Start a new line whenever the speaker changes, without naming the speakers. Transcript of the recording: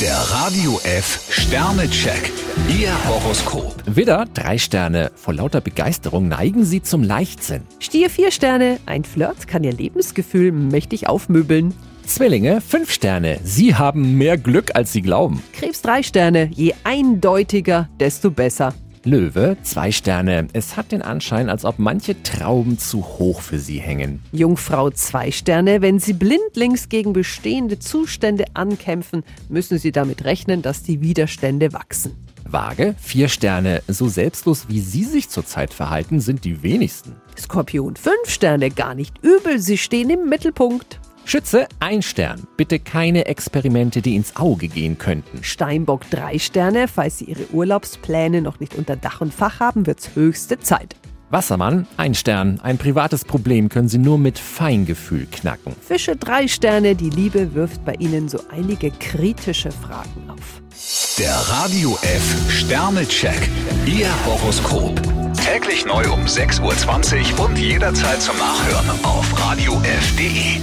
Der Radio F Sternecheck. Ihr Horoskop.
Widder, drei Sterne. Vor lauter Begeisterung neigen Sie zum Leichtsinn.
Stier vier Sterne, ein Flirt kann ihr Lebensgefühl mächtig aufmöbeln.
Zwillinge, fünf Sterne. Sie haben mehr Glück, als Sie glauben.
Krebs drei Sterne, je eindeutiger, desto besser.
Löwe, zwei Sterne. Es hat den Anschein, als ob manche Trauben zu hoch für Sie hängen.
Jungfrau zwei Sterne, wenn Sie blindlings gegen bestehende Zustände ankämpfen, müssen Sie damit rechnen, dass die Widerstände wachsen.
Waage, vier Sterne. So selbstlos, wie Sie sich zurzeit verhalten, sind die wenigsten.
Skorpion fünf Sterne, gar nicht übel, Sie stehen im Mittelpunkt.
Schütze, ein Stern. Bitte keine Experimente, die ins Auge gehen könnten.
Steinbock drei Sterne, falls Sie Ihre Urlaubspläne noch nicht unter Dach und Fach haben, wird's höchste Zeit.
Wassermann, ein Stern. Ein privates Problem können Sie nur mit Feingefühl knacken.
Fische drei Sterne, die Liebe wirft bei Ihnen so einige kritische Fragen auf.
Der Radio F Sternecheck. Ihr Horoskop. Täglich neu um 6.20 Uhr und jederzeit zum Nachhören auf Radio radiof.de.